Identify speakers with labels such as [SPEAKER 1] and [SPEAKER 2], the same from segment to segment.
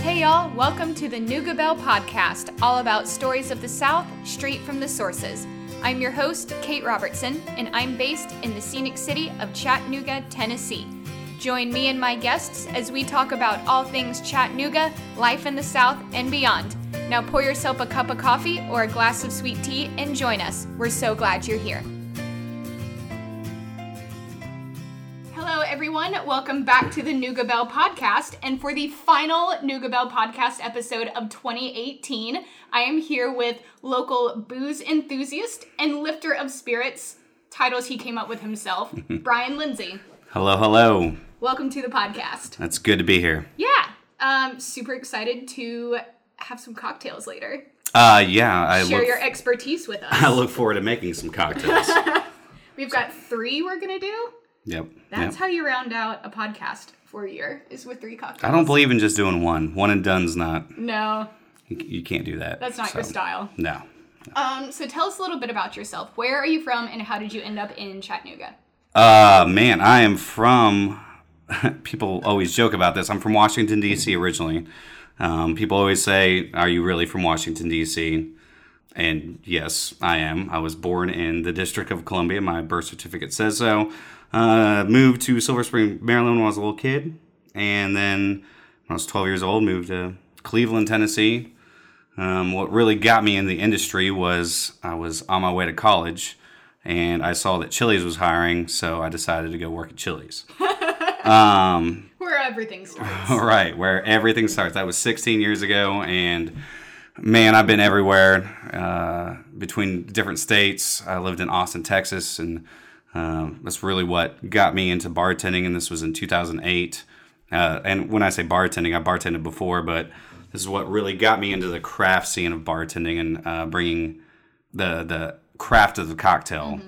[SPEAKER 1] Hey, y'all, welcome to the Nuga Bell podcast, all about stories of the South, straight from the sources. I'm your host, Kate Robertson, and I'm based in the scenic city of Chattanooga, Tennessee. Join me and my guests as we talk about all things Chattanooga, life in the South, and beyond. Now pour yourself a cup of coffee or a glass of sweet tea and join us. We're so glad you're here. Hello, everyone. Welcome back to the Nuga Bell podcast. And for the final Nuga Bell podcast episode of 2018, I am here with local booze enthusiast and lifter of spirits, titles he came up with himself, Brian Lindsay.
[SPEAKER 2] Hello, hello.
[SPEAKER 1] Welcome to the podcast.
[SPEAKER 2] That's good to be here.
[SPEAKER 1] Yeah, um, super excited to have some cocktails later.
[SPEAKER 2] Uh, yeah, I
[SPEAKER 1] Share
[SPEAKER 2] look,
[SPEAKER 1] your expertise with us.
[SPEAKER 2] I look forward to making some cocktails.
[SPEAKER 1] We've got three we're going to do.
[SPEAKER 2] yep.
[SPEAKER 1] That's
[SPEAKER 2] yep.
[SPEAKER 1] how you round out a podcast for a year, is with three cocktails.
[SPEAKER 2] I don't believe in just doing one. One and done's not.
[SPEAKER 1] No,
[SPEAKER 2] You, you can't do that.
[SPEAKER 1] that's not your
[SPEAKER 2] so,
[SPEAKER 1] style.
[SPEAKER 2] No.
[SPEAKER 1] Um, so tell us a little bit about yourself. Where are you from, and how did you end up in Chattanooga?
[SPEAKER 2] Uh, man, I am from. people always joke about this. I'm from Washington D.C. originally. Um, people always say, "Are you really from Washington D.C.?" And yes, I am. I was born in the District of Columbia. My birth certificate says so. Uh, moved to Silver Spring, Maryland when I was a little kid, and then when I was 12 years old, moved to Cleveland, Tennessee. Um, what really got me in the industry was I was on my way to college and I saw that Chili's was hiring, so I decided to go work at Chili's. um,
[SPEAKER 1] Where everything starts.
[SPEAKER 2] right, where everything starts. That was 16 years ago, and man, I've been everywhere uh, between different states. I lived in Austin, Texas, and um, that's really what got me into bartending. And this was in 2008. Uh, and when I say bartending, I bartended before, but this is what really got me into the craft scene of bartending and uh, bringing the the craft of the cocktail.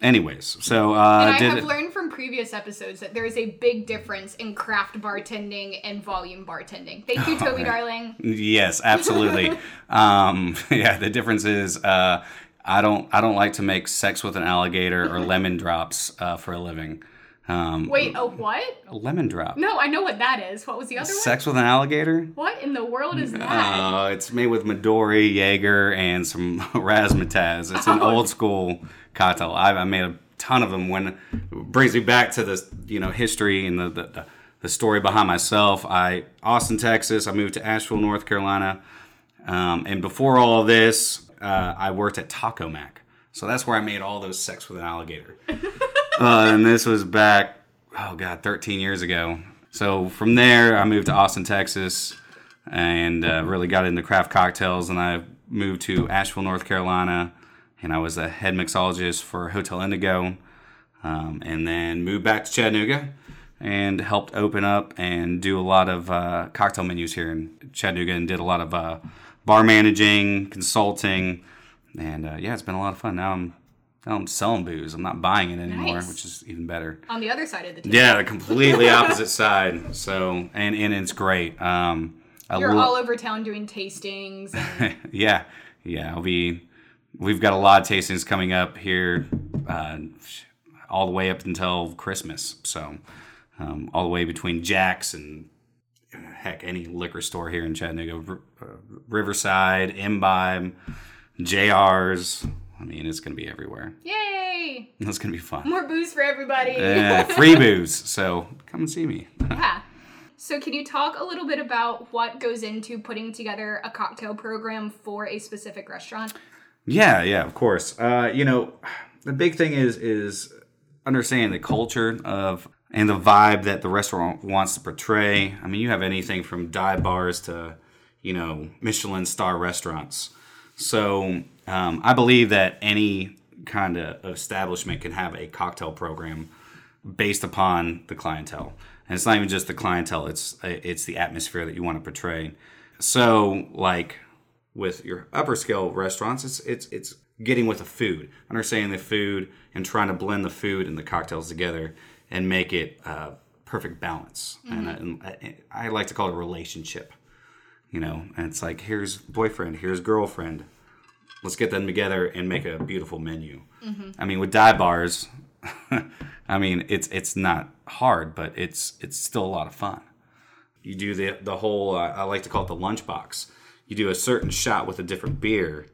[SPEAKER 2] Anyways, so uh,
[SPEAKER 1] Mm-hmm. And I
[SPEAKER 2] did
[SPEAKER 1] have learned from previous episodes that there is a big difference in craft bartending and volume bartending. Thank
[SPEAKER 2] Oh,
[SPEAKER 1] you, Toby Darling.
[SPEAKER 2] Yes, absolutely. um, yeah, the difference is uh, I don't I don't like to make sex with an alligator or lemon drops uh, for a living. Um,
[SPEAKER 1] Wait, a what?
[SPEAKER 2] a lemon drop.
[SPEAKER 1] No, I know what that is. What was the other one?
[SPEAKER 2] Sex with an alligator?
[SPEAKER 1] What in the world is that?
[SPEAKER 2] Uh, it's made with Midori, Jaeger, and some razzmatazz. It's an old school cocktail. I, I made a ton of them. When brings me back to this, you know, history and the, the the- the story behind myself. I Austin, Texas. I moved to Asheville, North Carolina, um, and before all of this, uh, I worked at Taco Mac. So that's where I made all those sex with an alligator. Uh, and this was back, oh god, 13 years ago. So from there, I moved to Austin, Texas, and uh, really got into craft cocktails. And I moved to Asheville, North Carolina, and I was a head mixologist for Hotel Indigo. Um, and then moved back to Chattanooga and helped open up and do a lot of uh, cocktail menus here in Chattanooga and did a lot of uh, bar managing, consulting, and uh, yeah, it's been a lot of fun. Now I'm now I'm selling booze. I'm not buying it anymore,
[SPEAKER 1] Nice.
[SPEAKER 2] which is even better.
[SPEAKER 1] On the other side of the table.
[SPEAKER 2] Yeah, the completely opposite side. So and and it's great. Um, I
[SPEAKER 1] You're
[SPEAKER 2] lo-
[SPEAKER 1] all over town doing tastings. and-
[SPEAKER 2] yeah, yeah. I'll be. We've got a lot of tastings coming up here, uh, all the way up until Christmas. So, um, all the way between Jack's and uh, heck, any liquor store here in Chattanooga, R- uh, Riverside, Imbibe, JR's. I mean, it's gonna be everywhere.
[SPEAKER 1] Yay!
[SPEAKER 2] It's gonna be fun.
[SPEAKER 1] More booze for everybody.
[SPEAKER 2] Yeah, free booze. So come and see me.
[SPEAKER 1] Yeah. So, can you talk a little bit about what goes into putting together a cocktail program for a specific restaurant?
[SPEAKER 2] Yeah, yeah, of course. Uh, you know, the big thing is is understanding the culture of and the vibe that the restaurant wants to portray. I mean, you have anything from dive bars to you know Michelin star restaurants. So um, I believe that any kind of establishment can have a cocktail program based upon the clientele. And it's not even just the clientele; it's it's the atmosphere that you want to portray. So, like with your upper scale restaurants, it's it's it's getting with the food, understanding the food, and trying to blend the food and the cocktails together and make it uh, perfect balance. And, I, and I, I like to call it a relationship. You know, and it's like here's boyfriend, here's girlfriend. Let's get them together and make a beautiful menu. I mean, with dive bars, I mean it's it's not hard, but it's it's still a lot of fun you do the the whole uh, I like to call it the lunchbox. You do a certain shot with a different beer,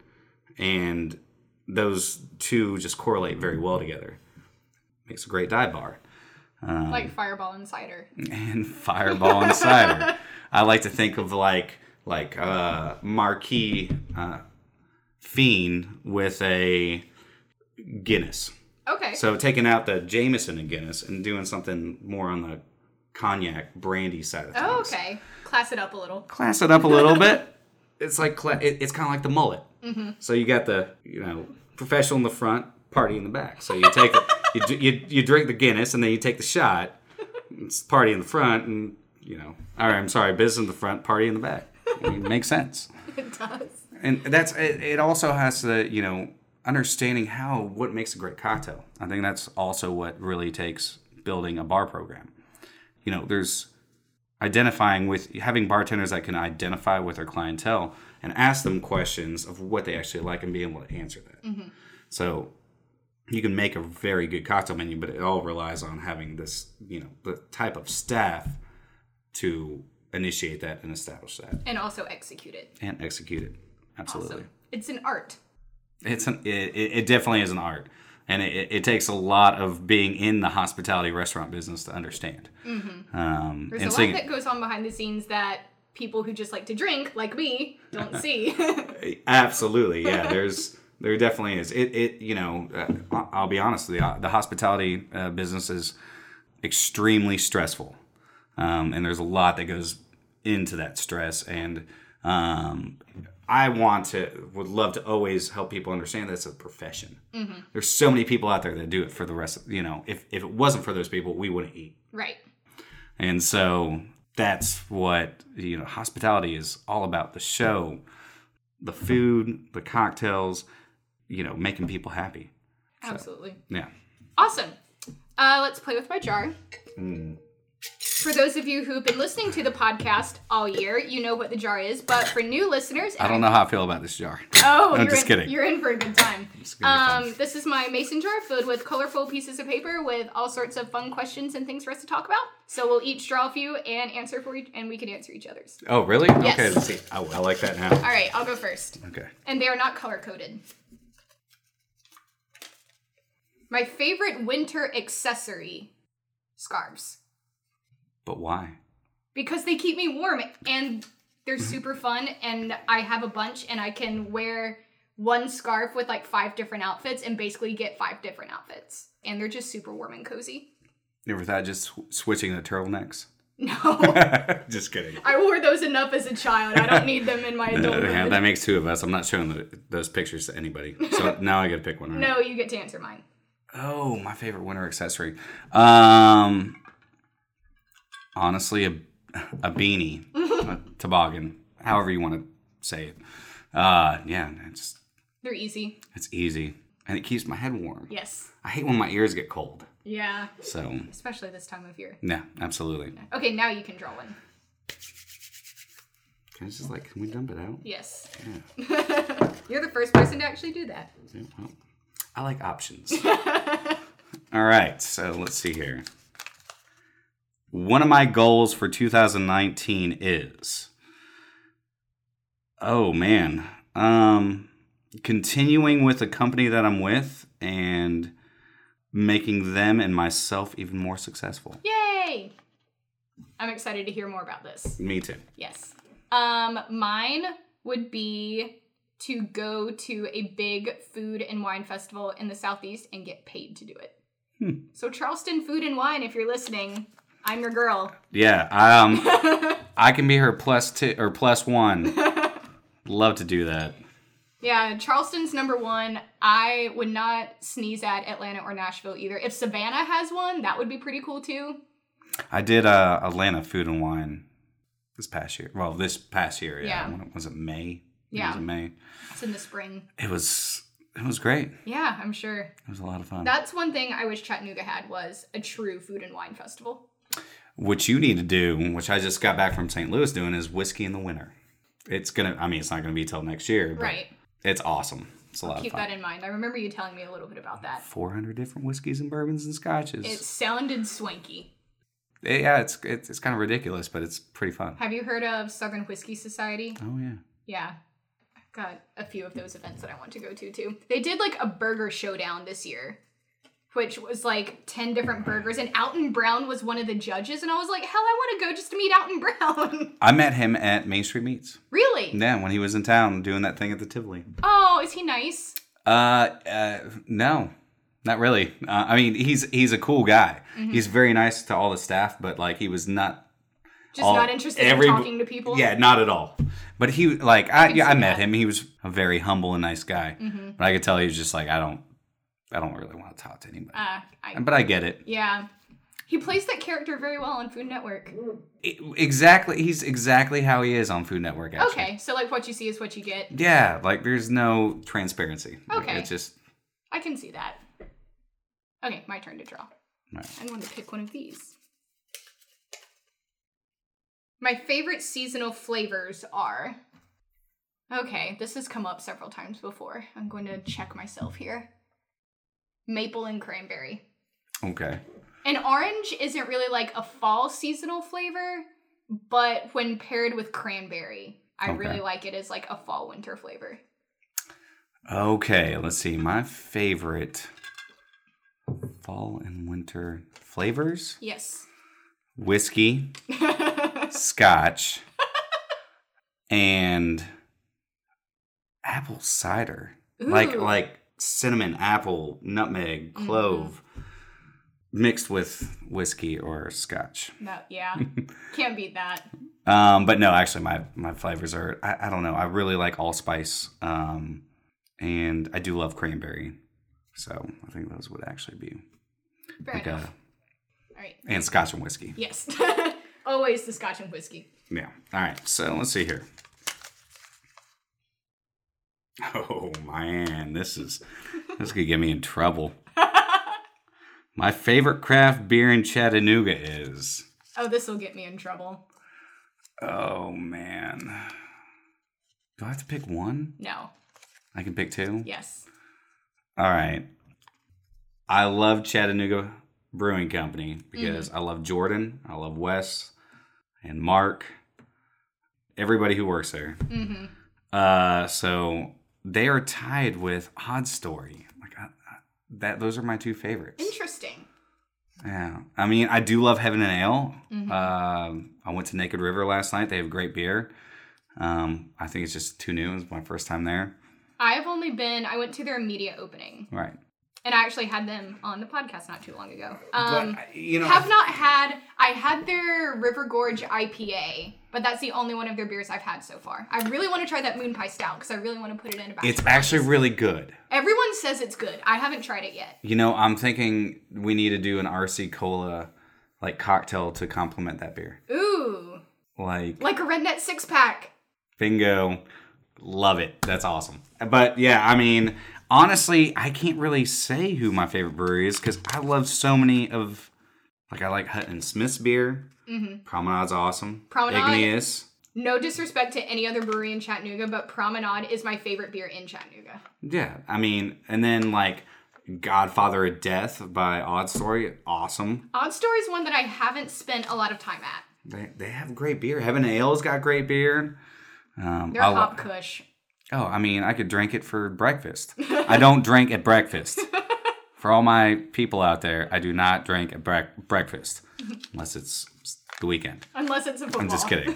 [SPEAKER 2] and those two just correlate very well together. Makes a great dive bar Um,
[SPEAKER 1] like Fireball and cider.
[SPEAKER 2] and Fireball and cider. I like to think of like like uh, marquee uh, fiend with a Guinness.
[SPEAKER 1] Okay.
[SPEAKER 2] So taking out the Jameson and Guinness and doing something more on the cognac brandy side of things.
[SPEAKER 1] oh, okay. Class it up a little.
[SPEAKER 2] Class it up a little bit. It's like cla- it, it's kind of like the mullet. So you got the you know professional in the front, party in the back. So you take the, you, d- you you drink the Guinness and then you take the shot. It's party in the front and you know all right. I'm sorry, business in the front, party in the back. I mean, makes sense
[SPEAKER 1] It does.
[SPEAKER 2] and that's it, it also has to you know understanding how what makes a great cocktail i think that's also what really takes building a bar program you know there's identifying with having bartenders that can identify with their clientele and ask them questions of what they actually like and be able to answer that so you can make a very good cocktail menu but it all relies on having this you know the type of staff to initiate that and establish that
[SPEAKER 1] And also execute it.
[SPEAKER 2] and execute it absolutely
[SPEAKER 1] Awesome. It's an art.
[SPEAKER 2] it's an it, it it definitely is an art and it, it takes a lot of being in the hospitality restaurant business to understand um,
[SPEAKER 1] Mm-hmm. There's
[SPEAKER 2] and
[SPEAKER 1] a
[SPEAKER 2] so
[SPEAKER 1] lot that goes on behind the scenes that people who just like to drink, like me, don't see.
[SPEAKER 2] absolutely yeah there's there definitely is it, it you know uh, I- i'll be honest the, the hospitality uh, business is extremely stressful um, and there's a lot that goes into that stress and um, i want to would love to always help people understand that's a profession there's so many people out there that do it for the rest of you know if, if it wasn't for those people we wouldn't eat
[SPEAKER 1] right.
[SPEAKER 2] and so that's what you know hospitality is all about the show, the food, the cocktails, you know, making people happy.
[SPEAKER 1] Absolutely.
[SPEAKER 2] Yeah.
[SPEAKER 1] Awesome. Uh, let's play with my jar. For those of you who've been listening to the podcast all year, you know what the jar is. But for new listeners,
[SPEAKER 2] I don't know how I feel about this jar.
[SPEAKER 1] Oh,
[SPEAKER 2] I'm
[SPEAKER 1] you're
[SPEAKER 2] just
[SPEAKER 1] in,
[SPEAKER 2] kidding.
[SPEAKER 1] You're in for a good time.
[SPEAKER 2] gonna be fun.
[SPEAKER 1] Um, this is my mason jar filled with colorful pieces of paper with all sorts of fun questions and things for us to talk about. So we'll each draw a few and answer for each, and we can answer each other's.
[SPEAKER 2] Oh, really? Okay,
[SPEAKER 1] Yes.
[SPEAKER 2] let's see. Oh, I like that now.
[SPEAKER 1] All right, I'll go first.
[SPEAKER 2] Okay.
[SPEAKER 1] And they are not color coded. My favorite winter accessory scarves
[SPEAKER 2] But why?
[SPEAKER 1] because they keep me warm and they're super fun and I have a bunch and I can wear one scarf with like five different outfits and basically get five different outfits and they're just super warm and cozy.
[SPEAKER 2] Never thought just sw- switching the turtlenecks.
[SPEAKER 1] No.
[SPEAKER 2] just kidding.
[SPEAKER 1] I wore those enough as a child. I don't need them in my adulthood.
[SPEAKER 2] Yeah, that makes two of us. I'm not showing the, those pictures to anybody. So now I got to pick one. right?
[SPEAKER 1] No, you get to answer mine.
[SPEAKER 2] Oh, my favorite winter accessory. Um, honestly, a, a beanie, a toboggan, however you want to say it. Uh, yeah, it's
[SPEAKER 1] They're easy.
[SPEAKER 2] it's easy and it keeps my head warm.
[SPEAKER 1] Yes.
[SPEAKER 2] I hate when my ears get cold.
[SPEAKER 1] Yeah.
[SPEAKER 2] So
[SPEAKER 1] Especially this time of year.
[SPEAKER 2] yeah, absolutely.
[SPEAKER 1] Okay, now you can draw one.
[SPEAKER 2] Can I just like can we dump it out?
[SPEAKER 1] Yes. You're the first person to actually do that.
[SPEAKER 2] Yeah, well, I like options. All right, so let's see here. One of my goals for 2019 is oh man, um continuing with the company that I'm with and making them and myself even more successful.
[SPEAKER 1] Yay! I'm excited to hear more about this.
[SPEAKER 2] Me too.
[SPEAKER 1] Yes. Um, mine would be to go to a big food and wine festival in the southeast and get paid to do it. So Charleston Food and Wine, if you're listening, I'm your girl.
[SPEAKER 2] Yeah, um I can be her plus two or plus one. Love to do that.
[SPEAKER 1] Yeah, Charleston's number one. I would not sneeze at Atlanta or Nashville either. If Savannah has one, that would be pretty cool too.
[SPEAKER 2] I did uh, Atlanta Food and Wine this past year. Well, this past year,
[SPEAKER 1] Yeah.
[SPEAKER 2] yeah. When- was it May?
[SPEAKER 1] Yeah.
[SPEAKER 2] It was May.
[SPEAKER 1] It's in the spring.
[SPEAKER 2] It was it was great. It
[SPEAKER 1] Yeah, I'm sure.
[SPEAKER 2] was a lot of fun.
[SPEAKER 1] That's one thing I wish Chattanooga had was a true food and wine festival.
[SPEAKER 2] what you need to do, which I just got back from St. Louis doing, is whiskey in the winter. It's gonna. I mean, it's not gonna be till next year, but
[SPEAKER 1] Right.
[SPEAKER 2] it's awesome. It's a lot
[SPEAKER 1] Keep
[SPEAKER 2] of fun.
[SPEAKER 1] that in mind. I remember you telling me a little bit about that.
[SPEAKER 2] Four hundred different whiskeys and bourbons and scotches.
[SPEAKER 1] It sounded swanky.
[SPEAKER 2] yeah, it's it's, it's kind of ridiculous, but it's pretty fun.
[SPEAKER 1] Have you heard of Southern Whiskey Society?
[SPEAKER 2] Oh yeah.
[SPEAKER 1] Yeah. I've got a few of those events that I want to go to too. They did like a burger showdown this year, which was like 10 different burgers, and Alton Brown was one of the judges. And I was like, hell, I want to go just to meet Alton Brown.
[SPEAKER 2] I met him at Main Street Meats.
[SPEAKER 1] really?
[SPEAKER 2] Yeah, when he was in town doing that thing at the Tivoli.
[SPEAKER 1] Oh, is he nice?
[SPEAKER 2] Uh, uh no, not really. Uh, I mean, he's he's a cool guy. He's very nice to all the staff, but like he was not
[SPEAKER 1] Just
[SPEAKER 2] all-
[SPEAKER 1] not interested
[SPEAKER 2] every-
[SPEAKER 1] in talking to people?
[SPEAKER 2] Yeah, not at all. But he like I
[SPEAKER 1] can
[SPEAKER 2] yeah,
[SPEAKER 1] see
[SPEAKER 2] I met
[SPEAKER 1] that.
[SPEAKER 2] him. He was a very humble and nice guy. But I could tell he was just like I don't I don't really want to talk to anybody.
[SPEAKER 1] Uh, I,
[SPEAKER 2] but I get it.
[SPEAKER 1] yeah. He plays that character very well on Food Network.
[SPEAKER 2] E- Exactly, he's exactly how he is on Food Network. Actually.
[SPEAKER 1] Okay, so like what you see is what you get.
[SPEAKER 2] Yeah, like there's no transparency. Like,
[SPEAKER 1] Okay.
[SPEAKER 2] It's just
[SPEAKER 1] I can see that. Okay, my turn to draw.
[SPEAKER 2] Right.
[SPEAKER 1] I'm going to pick one of these. My favorite seasonal flavors are. Okay, this has come up several times before. I'm going to check myself here. Maple and cranberry.
[SPEAKER 2] okay.
[SPEAKER 1] And orange isn't really like a fall seasonal flavor, but when paired with cranberry, I
[SPEAKER 2] Okay.
[SPEAKER 1] really like it as like a fall winter flavor.
[SPEAKER 2] Okay, let's see. My favorite fall and winter flavors:
[SPEAKER 1] Yes.
[SPEAKER 2] whiskey, scotch, and apple cider. Like
[SPEAKER 1] Ooh.
[SPEAKER 2] like cinnamon, apple, nutmeg, clove mixed with whiskey or scotch.
[SPEAKER 1] That, yeah. Can't beat that.
[SPEAKER 2] Um, but no, actually, my my flavors are I, I don't know. I really like allspice, um, and I do love cranberry. So I think those would actually be
[SPEAKER 1] Fair
[SPEAKER 2] like
[SPEAKER 1] enough.
[SPEAKER 2] a
[SPEAKER 1] All right.
[SPEAKER 2] and scotch and whiskey.
[SPEAKER 1] Yes. Always the scotch and whiskey.
[SPEAKER 2] Yeah. All right. So let's see here. Oh man, this is this could get me in trouble. My favorite craft beer in Chattanooga is
[SPEAKER 1] Oh, this will get me in trouble.
[SPEAKER 2] oh man. Do I have to pick one?
[SPEAKER 1] No.
[SPEAKER 2] I can pick two.
[SPEAKER 1] Yes.
[SPEAKER 2] All right. I love Chattanooga Brewing Company because
[SPEAKER 1] Mm-hmm.
[SPEAKER 2] I love Jordan, I love Wes and Mark, everybody who works there.
[SPEAKER 1] Mm-hmm.
[SPEAKER 2] Uh, so they are tied with Odd Story. Like I, I, that, those are my two favorites.
[SPEAKER 1] Interesting.
[SPEAKER 2] Yeah, I mean, I do love Heaven and Ale.
[SPEAKER 1] Mhm.
[SPEAKER 2] Um, I went to Naked River last night. They have great beer. Um, I think it's just too new. It's my first time there.
[SPEAKER 1] I've only been, I went to their media opening,
[SPEAKER 2] Right,
[SPEAKER 1] and I actually had them on the podcast not too long ago. Um,
[SPEAKER 2] but uh, you know,
[SPEAKER 1] have not had, I had their River Gorge IPA, but that's the only one of their beers I've had so far. I really want to try that Moon Pie Stout because I really want to put it in a batch.
[SPEAKER 2] it's actually really good.
[SPEAKER 1] Everyone says it's good. I haven't tried it yet.
[SPEAKER 2] You know, I'm thinking we need to do an RC cola like cocktail to complement that beer.
[SPEAKER 1] Ooh,
[SPEAKER 2] Like
[SPEAKER 1] like a redneck six pack.
[SPEAKER 2] bingo, love it. That's awesome. But yeah, I mean, honestly, I can't really say who my favorite brewery is because I love so many of. Like I like Hutton Smith's beer. Promenade's awesome.
[SPEAKER 1] Mm-hmm. Promenade.
[SPEAKER 2] Igneous.
[SPEAKER 1] No disrespect to any other brewery in Chattanooga, but Promenade is my favorite beer in Chattanooga.
[SPEAKER 2] Yeah, I mean, and then like Godfather of Death by Odd Story, awesome.
[SPEAKER 1] Odd Store is one that I haven't spent a lot of time at.
[SPEAKER 2] They, they have great beer. Heaven Ale's got great beer. Um,
[SPEAKER 1] They're
[SPEAKER 2] I lo-
[SPEAKER 1] hop kush.
[SPEAKER 2] oh, I mean, I could drink it for breakfast. I don't drink at breakfast. For all my people out there, I do not drink at brec- breakfast unless it's the weekend.
[SPEAKER 1] Unless it's a football.
[SPEAKER 2] I'm just kidding.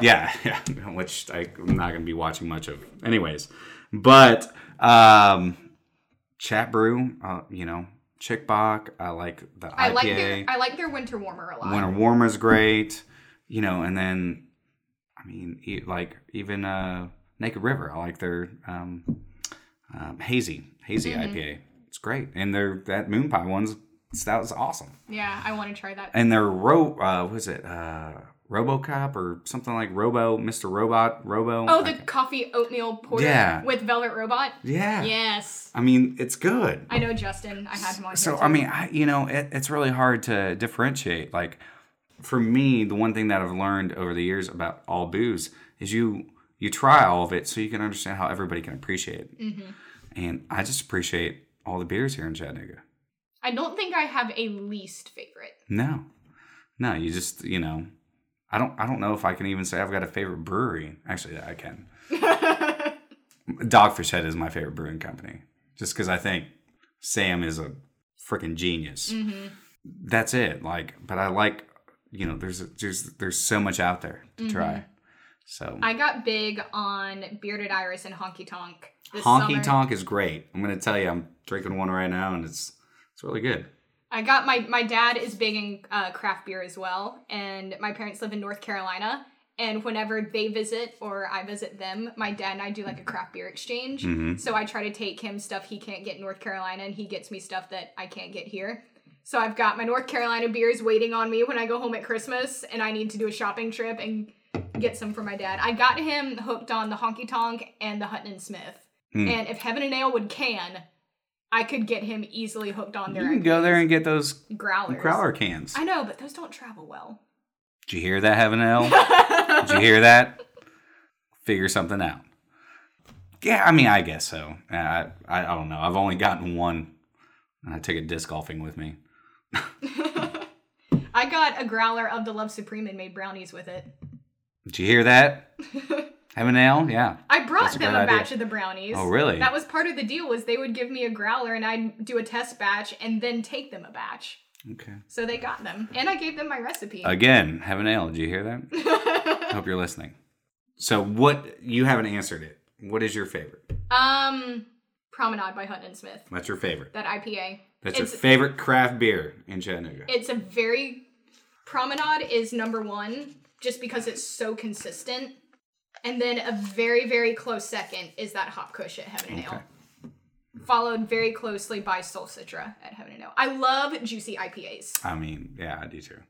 [SPEAKER 2] yeah, yeah, which I, I'm not going to be watching much of. Anyways, but um, Chat Brew, uh, you know, Chick Bach, I like the IPA.
[SPEAKER 1] I like their I like their winter warmer a lot.
[SPEAKER 2] Winter Warmer's great, you know, and then I mean, e- like even uh, Naked River, I like their um, um, hazy hazy
[SPEAKER 1] Mm-hmm.
[SPEAKER 2] IPA. It's great, and their that Moon Pie one's that was awesome,
[SPEAKER 1] Yeah, I want to try that.
[SPEAKER 2] and their ro uh, what is it uh, RoboCop or something like Robo Mister Robot Robo.
[SPEAKER 1] Oh, the coffee oatmeal porter
[SPEAKER 2] Yeah.
[SPEAKER 1] with Velvet Robot.
[SPEAKER 2] yeah.
[SPEAKER 1] Yes.
[SPEAKER 2] I mean, it's good.
[SPEAKER 1] I know Justin. I had him on.
[SPEAKER 2] So
[SPEAKER 1] here
[SPEAKER 2] I
[SPEAKER 1] too.
[SPEAKER 2] mean, I, you know, it, it's really hard to differentiate. Like for me, the one thing that I've learned over the years about all booze is you you try all of it so you can understand how everybody can appreciate it. And I just appreciate all the beers here in Chattanooga.
[SPEAKER 1] I don't think I have a least favorite.
[SPEAKER 2] No, No, you just you know, I don't I don't know if I can even say I've got a favorite brewery. Actually, I can.
[SPEAKER 1] Mm-hmm.
[SPEAKER 2] Dogfish Head is my favorite brewing company, just because I think Sam is a freaking genius. That's it. Like, but I like you know, there's there's there's so much out there to try. So
[SPEAKER 1] Mm-hmm. I got big on Bearded Iris and Honky Tonk. This
[SPEAKER 2] honky
[SPEAKER 1] summer.
[SPEAKER 2] tonk is great. I'm gonna tell you, I'm drinking one right now, and it's it's really good.
[SPEAKER 1] I got my my dad is big in uh, craft beer as well, and my parents live in North Carolina. And whenever they visit or I visit them, my dad and I do like a craft beer exchange.
[SPEAKER 2] Mm-hmm.
[SPEAKER 1] So I try to take him stuff he can't get in North Carolina, and he gets me stuff that I can't get here. So I've got my North Carolina beers waiting on me when I go home at Christmas, and I need to do a shopping trip and get some for my dad. I got him hooked on the Honky Tonk and the Hutton and Smith.
[SPEAKER 2] Hmm.
[SPEAKER 1] And if Heaven and Ale would can, I could get him easily hooked on
[SPEAKER 2] You
[SPEAKER 1] their
[SPEAKER 2] can go there and get those
[SPEAKER 1] growlers.
[SPEAKER 2] growler cans.
[SPEAKER 1] I know, but those don't travel well.
[SPEAKER 2] Did you hear that, Heaven L? Did you hear that? Figure something out. Yeah, I mean, I guess so. I, I, I don't know. I've only gotten one. I took it disc golfing with me.
[SPEAKER 1] I got a growler of the Love Supreme and made brownies with it.
[SPEAKER 2] Did you hear that? Heaven L? Yeah.
[SPEAKER 1] I brought
[SPEAKER 2] That's a
[SPEAKER 1] them
[SPEAKER 2] good
[SPEAKER 1] a
[SPEAKER 2] idea.
[SPEAKER 1] batch of the brownies.
[SPEAKER 2] Oh, really?
[SPEAKER 1] That was part of the deal was they would give me a growler and I'd do a test batch and then take them a batch.
[SPEAKER 2] Okay.
[SPEAKER 1] So they got them. And I gave them my recipe.
[SPEAKER 2] Again, Heaven L. Did you hear that? I hope you're listening. So, what, you haven't answered it. What is your favorite?
[SPEAKER 1] um Promenade by Hutton and Smith.
[SPEAKER 2] What's your favorite?
[SPEAKER 1] That IPA.
[SPEAKER 2] That's
[SPEAKER 1] it's
[SPEAKER 2] your favorite craft beer in Chattanooga.
[SPEAKER 1] it's a very promenade is number one just because it's so consistent and then a very very close second is that hop kush at heaven and
[SPEAKER 2] Okay.
[SPEAKER 1] ale followed very closely by sol citra at heaven and ale i love juicy ipas
[SPEAKER 2] I mean, yeah, I do too.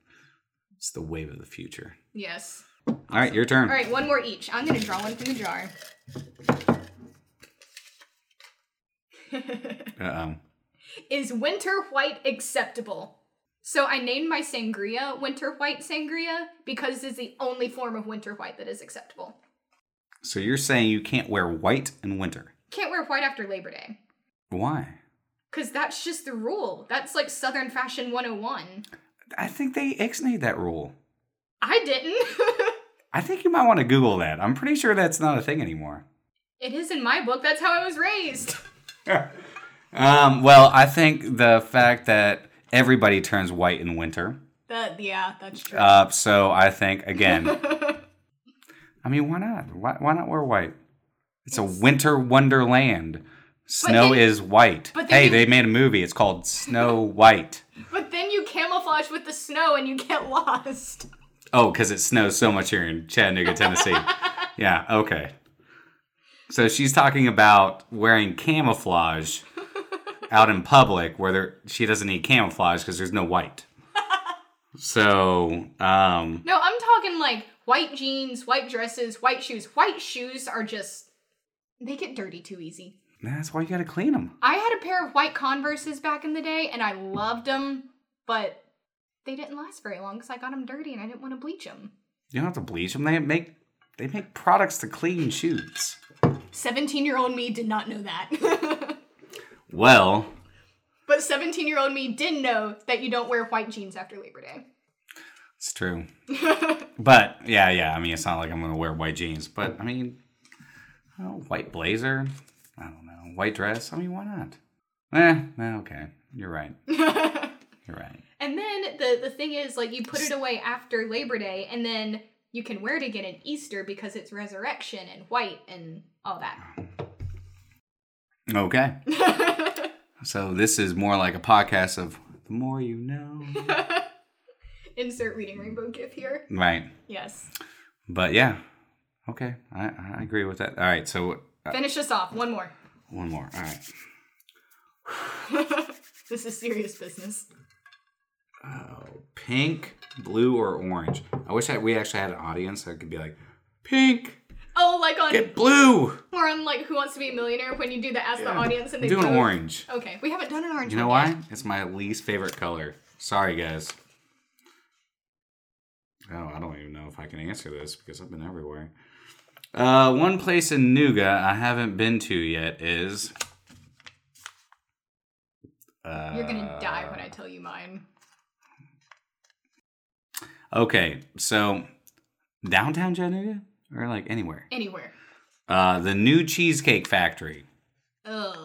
[SPEAKER 2] It's the wave of the future.
[SPEAKER 1] yes
[SPEAKER 2] All right, your turn.
[SPEAKER 1] all right one more each i'm gonna draw one from the jar
[SPEAKER 2] Uh-oh.
[SPEAKER 1] is winter white acceptable so i named my sangria winter white sangria because it's the only form of winter white that is acceptable
[SPEAKER 2] So you're saying you can't wear white in winter?
[SPEAKER 1] can't wear white after labor day
[SPEAKER 2] Why?
[SPEAKER 1] Because that's just the rule. That's like Southern Fashion 101.
[SPEAKER 2] I think they ixnayed that rule.
[SPEAKER 1] I didn't.
[SPEAKER 2] I think you might want to Google that. I'm pretty sure that's not a thing anymore.
[SPEAKER 1] it is in my book. That's how I was raised.
[SPEAKER 2] Um, well, I think the fact that everybody turns white in winter.
[SPEAKER 1] That, yeah, that's true.
[SPEAKER 2] Uh, so I think again. I mean, why not? Why, why not wear white? It's a winter wonderland. Snow
[SPEAKER 1] then-
[SPEAKER 2] is white.
[SPEAKER 1] but then
[SPEAKER 2] hey,
[SPEAKER 1] you-
[SPEAKER 2] they made a movie. It's called Snow White.
[SPEAKER 1] but then you camouflage with the snow and you get lost.
[SPEAKER 2] Oh, because it snows so much here in Chattanooga, Tennessee. yeah, okay. So she's talking about wearing camouflage out in public where there, she doesn't need camouflage because there's no white. So, um,
[SPEAKER 1] No, I'm talking like white jeans, white dresses, white shoes. White shoes are just, they get dirty too easy.
[SPEAKER 2] that's why you got to clean them.
[SPEAKER 1] I had a pair of white Converses back in the day and I loved them, but they didn't last very long because I got them dirty and I didn't want to bleach them.
[SPEAKER 2] You don't have to bleach them. They make they make products to clean shoes.
[SPEAKER 1] 17 year old me did not know that.
[SPEAKER 2] Well,
[SPEAKER 1] But 17 year old me did know that you don't wear white jeans after Labor Day.
[SPEAKER 2] it's true. but yeah, yeah. I mean, it's not like I'm gonna wear white jeans. But I mean, I don't know, white blazer. I don't know. White dress. I mean, why not? Eh. eh, Okay. You're right. You're right.
[SPEAKER 1] And then the, the thing is, like, you put it away after Labor Day, and then you can wear it again at Easter because it's resurrection and white and all that.
[SPEAKER 2] Okay. so this is more like a podcast of the more you know.
[SPEAKER 1] Insert reading rainbow gif here.
[SPEAKER 2] right.
[SPEAKER 1] Yes.
[SPEAKER 2] But yeah. Okay. I, I agree with that. All right. So uh,
[SPEAKER 1] Finish us off. One more.
[SPEAKER 2] one more. All right.
[SPEAKER 1] This is serious business.
[SPEAKER 2] Oh, pink, blue, or orange. I wish I, we actually had an audience that could be like, pink,
[SPEAKER 1] Oh, like on
[SPEAKER 2] get blue.
[SPEAKER 1] or on like Who Wants to Be a Millionaire when you do the ask the audience and
[SPEAKER 2] I'm
[SPEAKER 1] they
[SPEAKER 2] doing
[SPEAKER 1] vote.
[SPEAKER 2] orange.
[SPEAKER 1] Okay, we haven't done an orange.
[SPEAKER 2] You know
[SPEAKER 1] one
[SPEAKER 2] why?
[SPEAKER 1] yet.
[SPEAKER 2] It's my least favorite color. Sorry, guys. Oh, I don't even know if I can answer this because I've been everywhere. Uh, one place in Nuga I haven't been to yet is Uh,
[SPEAKER 1] You're gonna die when I tell you mine.
[SPEAKER 2] uh, Okay, so downtown Chattanooga or like anywhere.
[SPEAKER 1] Anywhere.
[SPEAKER 2] Uh, the new Cheesecake Factory.
[SPEAKER 1] Ugh.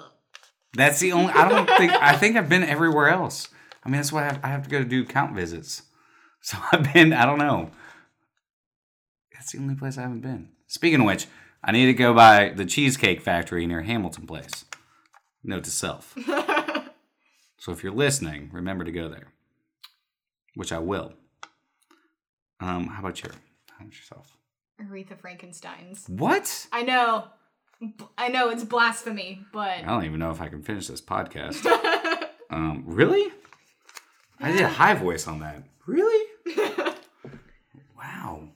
[SPEAKER 2] That's the only. I don't think. I think I've been everywhere else. I mean, that's why I have, I have to go do count visits. So I've been. I don't know. That's the only place I haven't been. Speaking of which, I need to go by the Cheesecake Factory near Hamilton Place. Note to self. so if you're listening, remember to go there. Which I will. Um, how about your? How about yourself?
[SPEAKER 1] Aretha Frankenstein's.
[SPEAKER 2] What?
[SPEAKER 1] I know. B- I know it's blasphemy, but
[SPEAKER 2] I don't even know if I can finish this podcast. um, really? I did a high voice on that. Really? wow.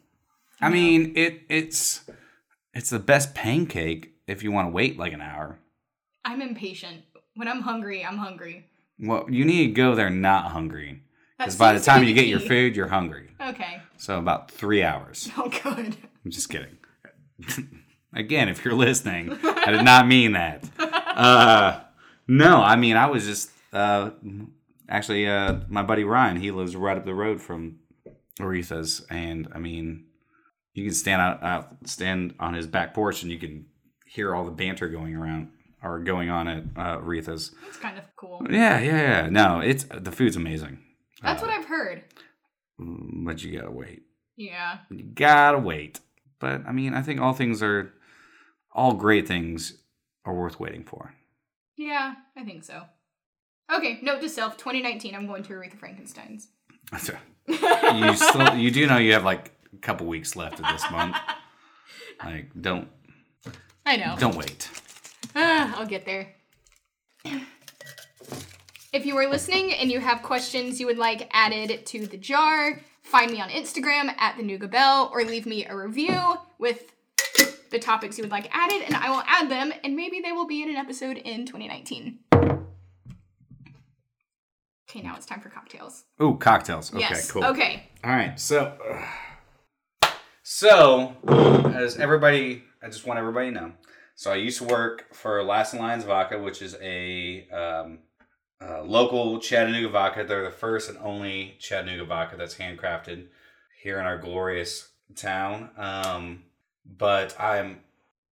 [SPEAKER 2] I mean, it it's it's the best pancake if you want to wait like an hour.
[SPEAKER 1] I'm impatient. When I'm hungry, I'm hungry.
[SPEAKER 2] Well, you need to go there not hungry. Because
[SPEAKER 1] That
[SPEAKER 2] by the
[SPEAKER 1] seems to
[SPEAKER 2] time
[SPEAKER 1] be
[SPEAKER 2] you
[SPEAKER 1] the
[SPEAKER 2] get your
[SPEAKER 1] key.
[SPEAKER 2] food, you're hungry.
[SPEAKER 1] Okay.
[SPEAKER 2] So about three hours.
[SPEAKER 1] Oh, good.
[SPEAKER 2] I'm just kidding. Again, if you're listening, I did not mean that. Uh, no, I mean I was just uh, actually uh, my buddy Ryan. He lives right up the road from Aretha's, and I mean you can stand out, out stand on his back porch, and you can hear all the banter going around or going on at uh, Aretha's.
[SPEAKER 1] That's kind of cool.
[SPEAKER 2] Yeah, yeah, yeah. No, it's the food's amazing,
[SPEAKER 1] That's what I've heard.
[SPEAKER 2] but you gotta wait.
[SPEAKER 1] Yeah.
[SPEAKER 2] You gotta wait. But I mean, I think all things are, all great things are worth waiting for.
[SPEAKER 1] Yeah, I think so. Okay, note to self 2019, I'm going to Aretha Frankenstein's.
[SPEAKER 2] you still, you do know you have like a couple weeks left of this month. Like, don't
[SPEAKER 1] I know.
[SPEAKER 2] don't wait.
[SPEAKER 1] Ah, I'll get there. If you are listening and you have questions you would like added to the jar, find me on Instagram at the Nuga Bell or leave me a review with the topics you would like added, and I will add them, and maybe they will be in an episode in 2019. Okay, now it's time for cocktails.
[SPEAKER 2] Ooh, cocktails. Okay,
[SPEAKER 1] yes.
[SPEAKER 2] cool.
[SPEAKER 1] Okay.
[SPEAKER 2] All right, so so as everybody, I just want everybody to know. So I used to work for Last and Lions Vodka, which is a um, uh, local Chattanooga vodka. They're the first and only Chattanooga vodka that's handcrafted here in our glorious town. Um, but I'm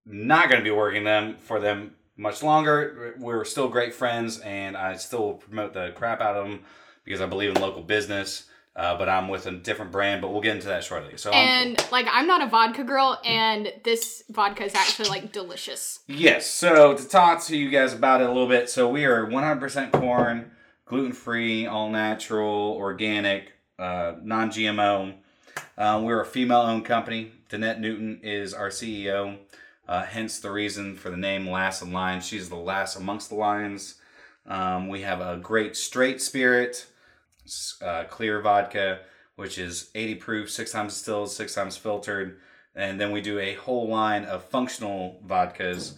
[SPEAKER 2] not going to be working them for them much longer. We're still great friends, and I still promote the crap out of them because I believe in local business. Uh, but I'm with a different brand, but we'll get into that shortly. So I'm,
[SPEAKER 1] And like I'm not a vodka girl and this vodka is actually like delicious.
[SPEAKER 2] Yes. So to talk to you guys about it a little bit, so we are 100% corn, gluten free, all natural, organic, uh, non GMO. Uh, we're a female owned company. Danette Newton is our CEO, uh, hence the reason for the name Last in Line. She's the last amongst the lions. Um, we have a great straight spirit, s- uh, clear vodka, which is 80 proof, six times distilled, six times filtered. And then we do a whole line of functional vodkas.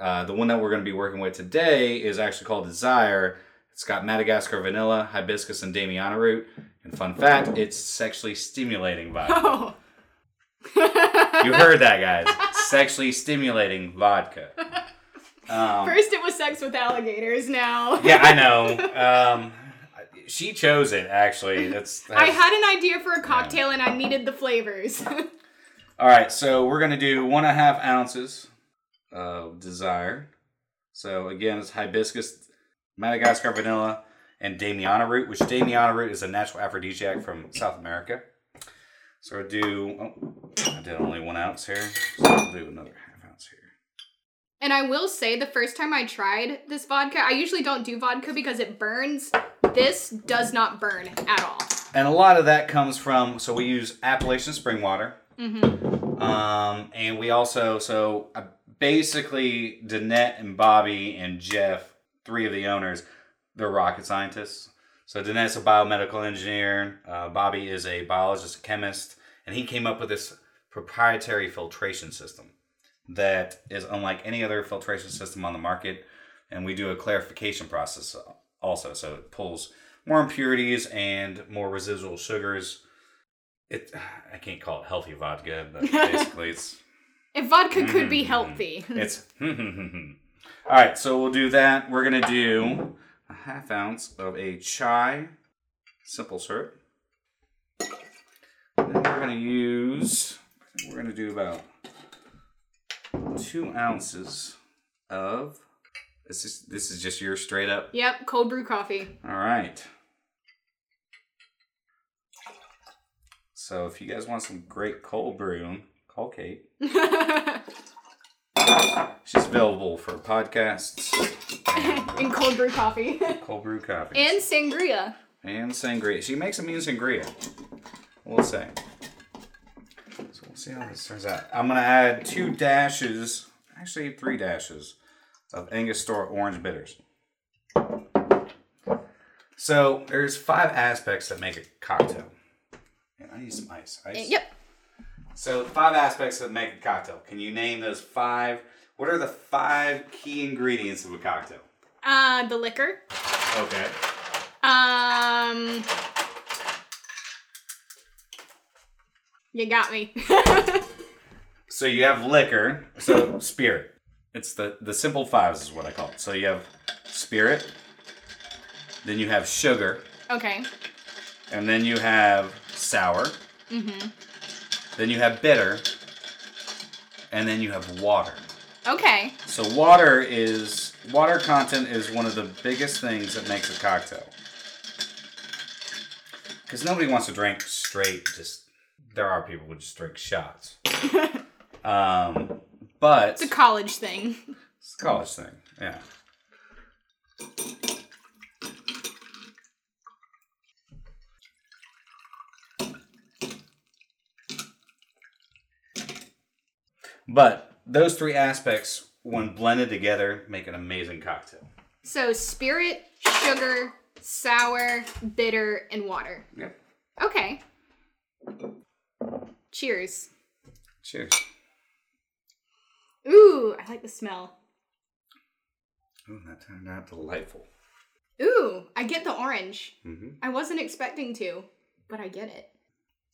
[SPEAKER 2] Uh, the one that we're going to be working with today is actually called Desire. It's got Madagascar vanilla, hibiscus, and Damiana root. And fun fact, it's sexually stimulating vodka.
[SPEAKER 1] Oh.
[SPEAKER 2] You heard that, guys. Sexually stimulating vodka. Um,
[SPEAKER 1] First it was sex with alligators, now
[SPEAKER 2] yeah, I know. Um, she chose it, actually. That's,
[SPEAKER 1] I had an idea for a cocktail and I needed the flavors.
[SPEAKER 2] All right, so we're going to do one and a half ounces of Desire. So, again, it's hibiscus, Madagascar vanilla, and Damiana root, which Damiana root is a natural aphrodisiac from South America. So, we'll do, oh, I did only one ounce here. So, I'll do another half ounce here.
[SPEAKER 1] and I will say, the first time I tried this vodka, I usually don't do vodka because it burns. This does not burn at all.
[SPEAKER 2] And a lot of that comes from so we use Appalachian spring water,
[SPEAKER 1] Mm-hmm.
[SPEAKER 2] um, and we also so uh, basically Danette and Bobby and Jeff, three of the owners, they're rocket scientists. So Danette's a biomedical engineer. Uh, Bobby is a biologist, chemist, and he came up with this proprietary filtration system that is unlike any other filtration system on the market. And we do a clarification process also, so it pulls more impurities and more residual sugars. It I can't call it healthy vodka, but basically it's
[SPEAKER 1] If vodka could be healthy,
[SPEAKER 2] it's all right. So we'll do that. We're gonna do a half ounce of a chai simple syrup. going to use, we're going to do about two ounces of. This is this is just your straight up.
[SPEAKER 1] Yep, cold brew coffee.
[SPEAKER 2] All right. So if you guys want some great cold brew, call Kate. She's available for podcasts,
[SPEAKER 1] and cold brew coffee.
[SPEAKER 2] cold brew coffee,
[SPEAKER 1] and sangria.
[SPEAKER 2] and sangria. She makes a mean sangria. We'll say. So we'll see how this turns out. I'm gonna add two dashes, actually three dashes, of Angostura orange bitters. So there's five aspects that make a cocktail. And I need some ice. Ice.
[SPEAKER 1] Yep.
[SPEAKER 2] So five aspects that make a cocktail. Can you name those five? What are the five key ingredients of a cocktail?
[SPEAKER 1] Uh, the liquor.
[SPEAKER 2] Okay.
[SPEAKER 1] Um. You got me.
[SPEAKER 2] So you have liquor. So spirit. It's the the simple fives is what I call it. So you have spirit. Then you have sugar,
[SPEAKER 1] okay.
[SPEAKER 2] and then you have sour. Mm-hmm. Then you have bitter, and then you have water.
[SPEAKER 1] Okay.
[SPEAKER 2] So water is water content is one of the biggest things that makes a cocktail. Because nobody wants to drink straight. Just there are people who just drink shots. um, but
[SPEAKER 1] It's a college thing.
[SPEAKER 2] it's a college thing. Yeah. But those three aspects, when blended together, make an amazing cocktail.
[SPEAKER 1] So spirit, sugar, sour, bitter, and water.
[SPEAKER 2] Yep.
[SPEAKER 1] Okay. Cheers.
[SPEAKER 2] Cheers.
[SPEAKER 1] Ooh, I like the smell.
[SPEAKER 2] Ooh, that turned out delightful.
[SPEAKER 1] Ooh, I get the orange.
[SPEAKER 2] Mm-hmm.
[SPEAKER 1] I wasn't expecting to, but I get it.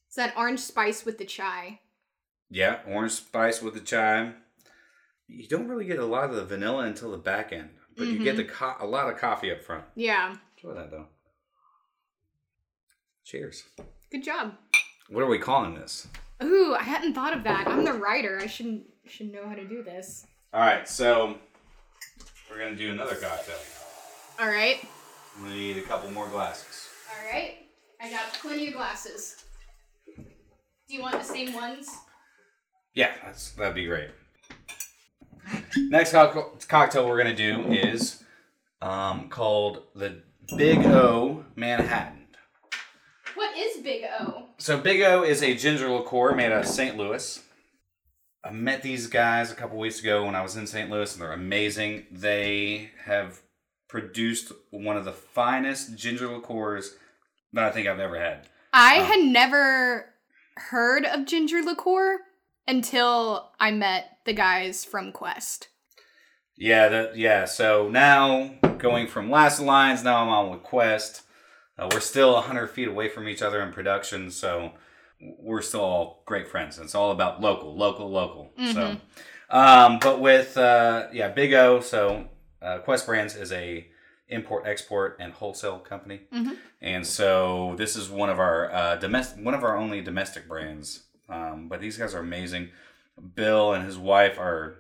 [SPEAKER 1] It's that orange spice with the chai.
[SPEAKER 2] Yeah, orange spice with the chime. You don't really get a lot of the vanilla until the back end, but you get the co- a lot of coffee up front.
[SPEAKER 1] Yeah.
[SPEAKER 2] Enjoy that though. Cheers.
[SPEAKER 1] Good job.
[SPEAKER 2] What are we calling this?
[SPEAKER 1] Ooh, I hadn't thought of that. I'm the writer. I should should know how to do this.
[SPEAKER 2] All right, so we're gonna do another cocktail.
[SPEAKER 1] All right.
[SPEAKER 2] I'm gonna need a couple more glasses.
[SPEAKER 1] All right. I got plenty of glasses. Do you want the same ones?
[SPEAKER 2] Yeah, that's that'd be great. Next cock- cocktail we're gonna do is um, called the Big O Manhattan.
[SPEAKER 1] What is Big O?
[SPEAKER 2] So Big O is a ginger liqueur made out of St. Louis. I met these guys a couple weeks ago when I was in St. Louis, and they're amazing. They have produced one of the finest ginger liqueurs that I think I've ever had.
[SPEAKER 1] I had never heard of ginger liqueur until I met the guys from Quest.
[SPEAKER 2] Yeah, that, yeah. So now going from Last Alliance, now I'm on with Quest. Uh, we're still 100 feet away from each other in production, so we're still all great friends. It's all about local, local, local. So, um, but with uh, yeah, Big O. So uh, Quest Brands is a import, export, and wholesale company, and so this is one of our uh, domestic, one of our only domestic brands. Um, but these guys are amazing. Bill and his wife are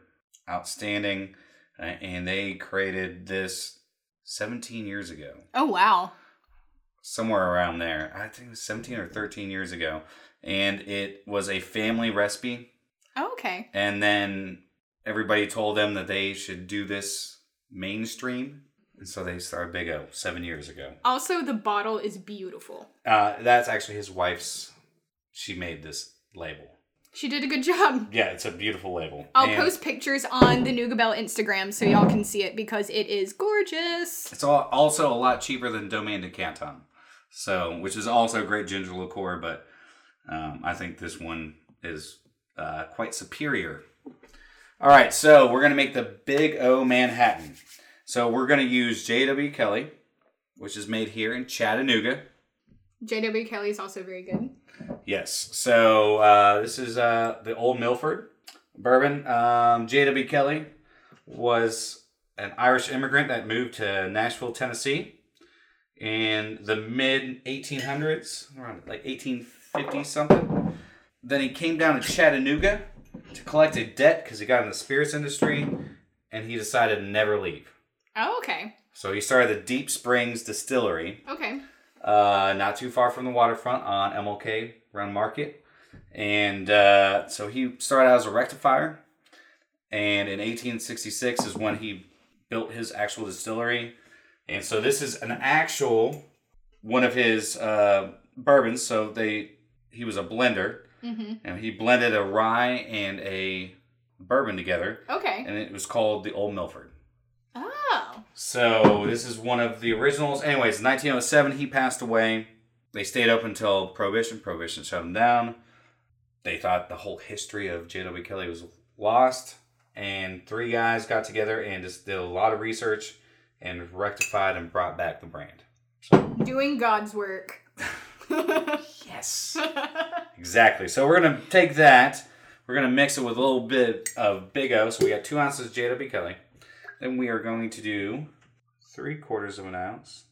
[SPEAKER 2] outstanding, uh, and they created this 17 years ago
[SPEAKER 1] Oh wow.
[SPEAKER 2] somewhere around there. I think it was 17 or 13 years ago. And it was a family recipe.
[SPEAKER 1] Oh, okay.
[SPEAKER 2] And then everybody told them that they should do this mainstream. And so they started Big O seven years ago.
[SPEAKER 1] Also, the bottle is beautiful.
[SPEAKER 2] Uh, that's actually his wife's. She made this label.
[SPEAKER 1] She did a good job.
[SPEAKER 2] Yeah, it's a beautiful label.
[SPEAKER 1] I'll
[SPEAKER 2] And
[SPEAKER 1] post pictures on the Nougabell Instagram so y'all can see it because it is gorgeous.
[SPEAKER 2] It's al- also a lot cheaper than Domaine de Canton, so which is also a great ginger liqueur. But um, I think this one is uh, quite superior. All right, so we're gonna make the Big O Manhattan. So we're gonna use J.W. Kelly, which is made here in Chattanooga.
[SPEAKER 1] JW Kelly is also very good.
[SPEAKER 2] Yes. So uh, this is uh, the Old Milford bourbon. Um, J.W. Kelly was an Irish immigrant that moved to Nashville, Tennessee in the mid 1800s, around like 1850 something. Then he came down to Chattanooga to collect a debt because he got in the spirits industry, and he decided to never leave.
[SPEAKER 1] Oh, okay.
[SPEAKER 2] So he started the Deep Springs Distillery,
[SPEAKER 1] Okay.
[SPEAKER 2] uh, not too far from the waterfront on MLK Run Market, and uh, so he started out as a rectifier. And in 1866 is when he built his actual distillery, and so this is an actual one of his uh, bourbons. So they he was a blender,
[SPEAKER 1] Mm-hmm.
[SPEAKER 2] and he blended a rye and a bourbon together,
[SPEAKER 1] Okay.
[SPEAKER 2] and it was called the Old Milford.
[SPEAKER 1] Oh.
[SPEAKER 2] So this is one of the originals. Anyways, in 1907 he passed away. They stayed up until Prohibition. Prohibition shut them down. They thought the whole history of J.W. Kelly was lost, and three guys got together and just did a lot of research and rectified and brought back the brand.
[SPEAKER 1] Doing God's work.
[SPEAKER 2] Yes. exactly. So we're gonna take that. We're gonna mix it with a little bit of Big O. So we got two ounces of JW Kelly. Then we are going to do three quarters of an ounce.